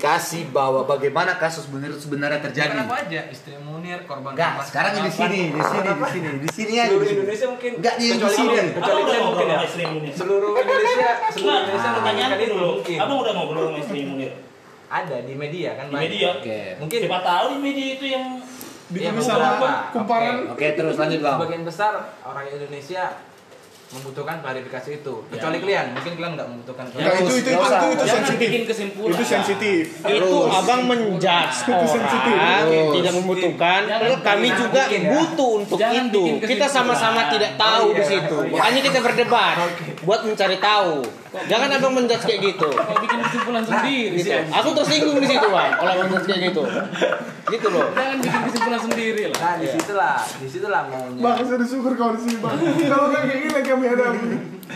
dikasih bahwa bagaimana kasus Munir sebenarnya terjadi. Kenapa aja istri Munir korban Enggak, pembakaran sekarang di sini, di sini, di sini, di sini aja. di seluruh sini. Indonesia mungkin Enggak, di kecuali sini. Glenn, kecuali Glenn mungkin ya istri Munir? seluruh Indonesia seluruh Nah, Indonesia pertanyaan menanyakan itu dulu. mungkin Abang udah ngobrol sama istri Munir? ada di media kan Di banyak. media? Oke. mungkin Iya, Siapa tahu di media itu yang Yang Bikin masalah beberapa. kumparan Oke, terus lanjut, Bang. sebagian besar orang Indonesia membutuhkan klarifikasi itu Ya. kecuali kalian mungkin kalian nggak membutuhkan Enggak klarifikasi itu itu Nggak itu usah. itu Jangan sensitif. bikin kesimpulan. Itu sensitif. Itu Terus. abang menjudge sensitif. orang Terus. tidak membutuhkan. Jangan Kami bikin ya. juga kesimpulan. butuh untuk Jangan itu. bikin Kita kesimpulan. sama-sama tidak tahu iya, di situ. iya. Makanya kita berdebat buat mencari tahu. Jangan abang menjudge kayak gitu. Kok bikin kesimpulan sendiri Gitu. sih? Iya. Aku tersinggung di situ, Bang. Kalau abang menjudge kayak gitu. Gitu loh. Jangan bikin kesimpulan sendiri lah. nah disitulah disitulah maunya Bang, saya bersyukur kau di sini, Bang. Kalau nggak kayak gini kami hadapi.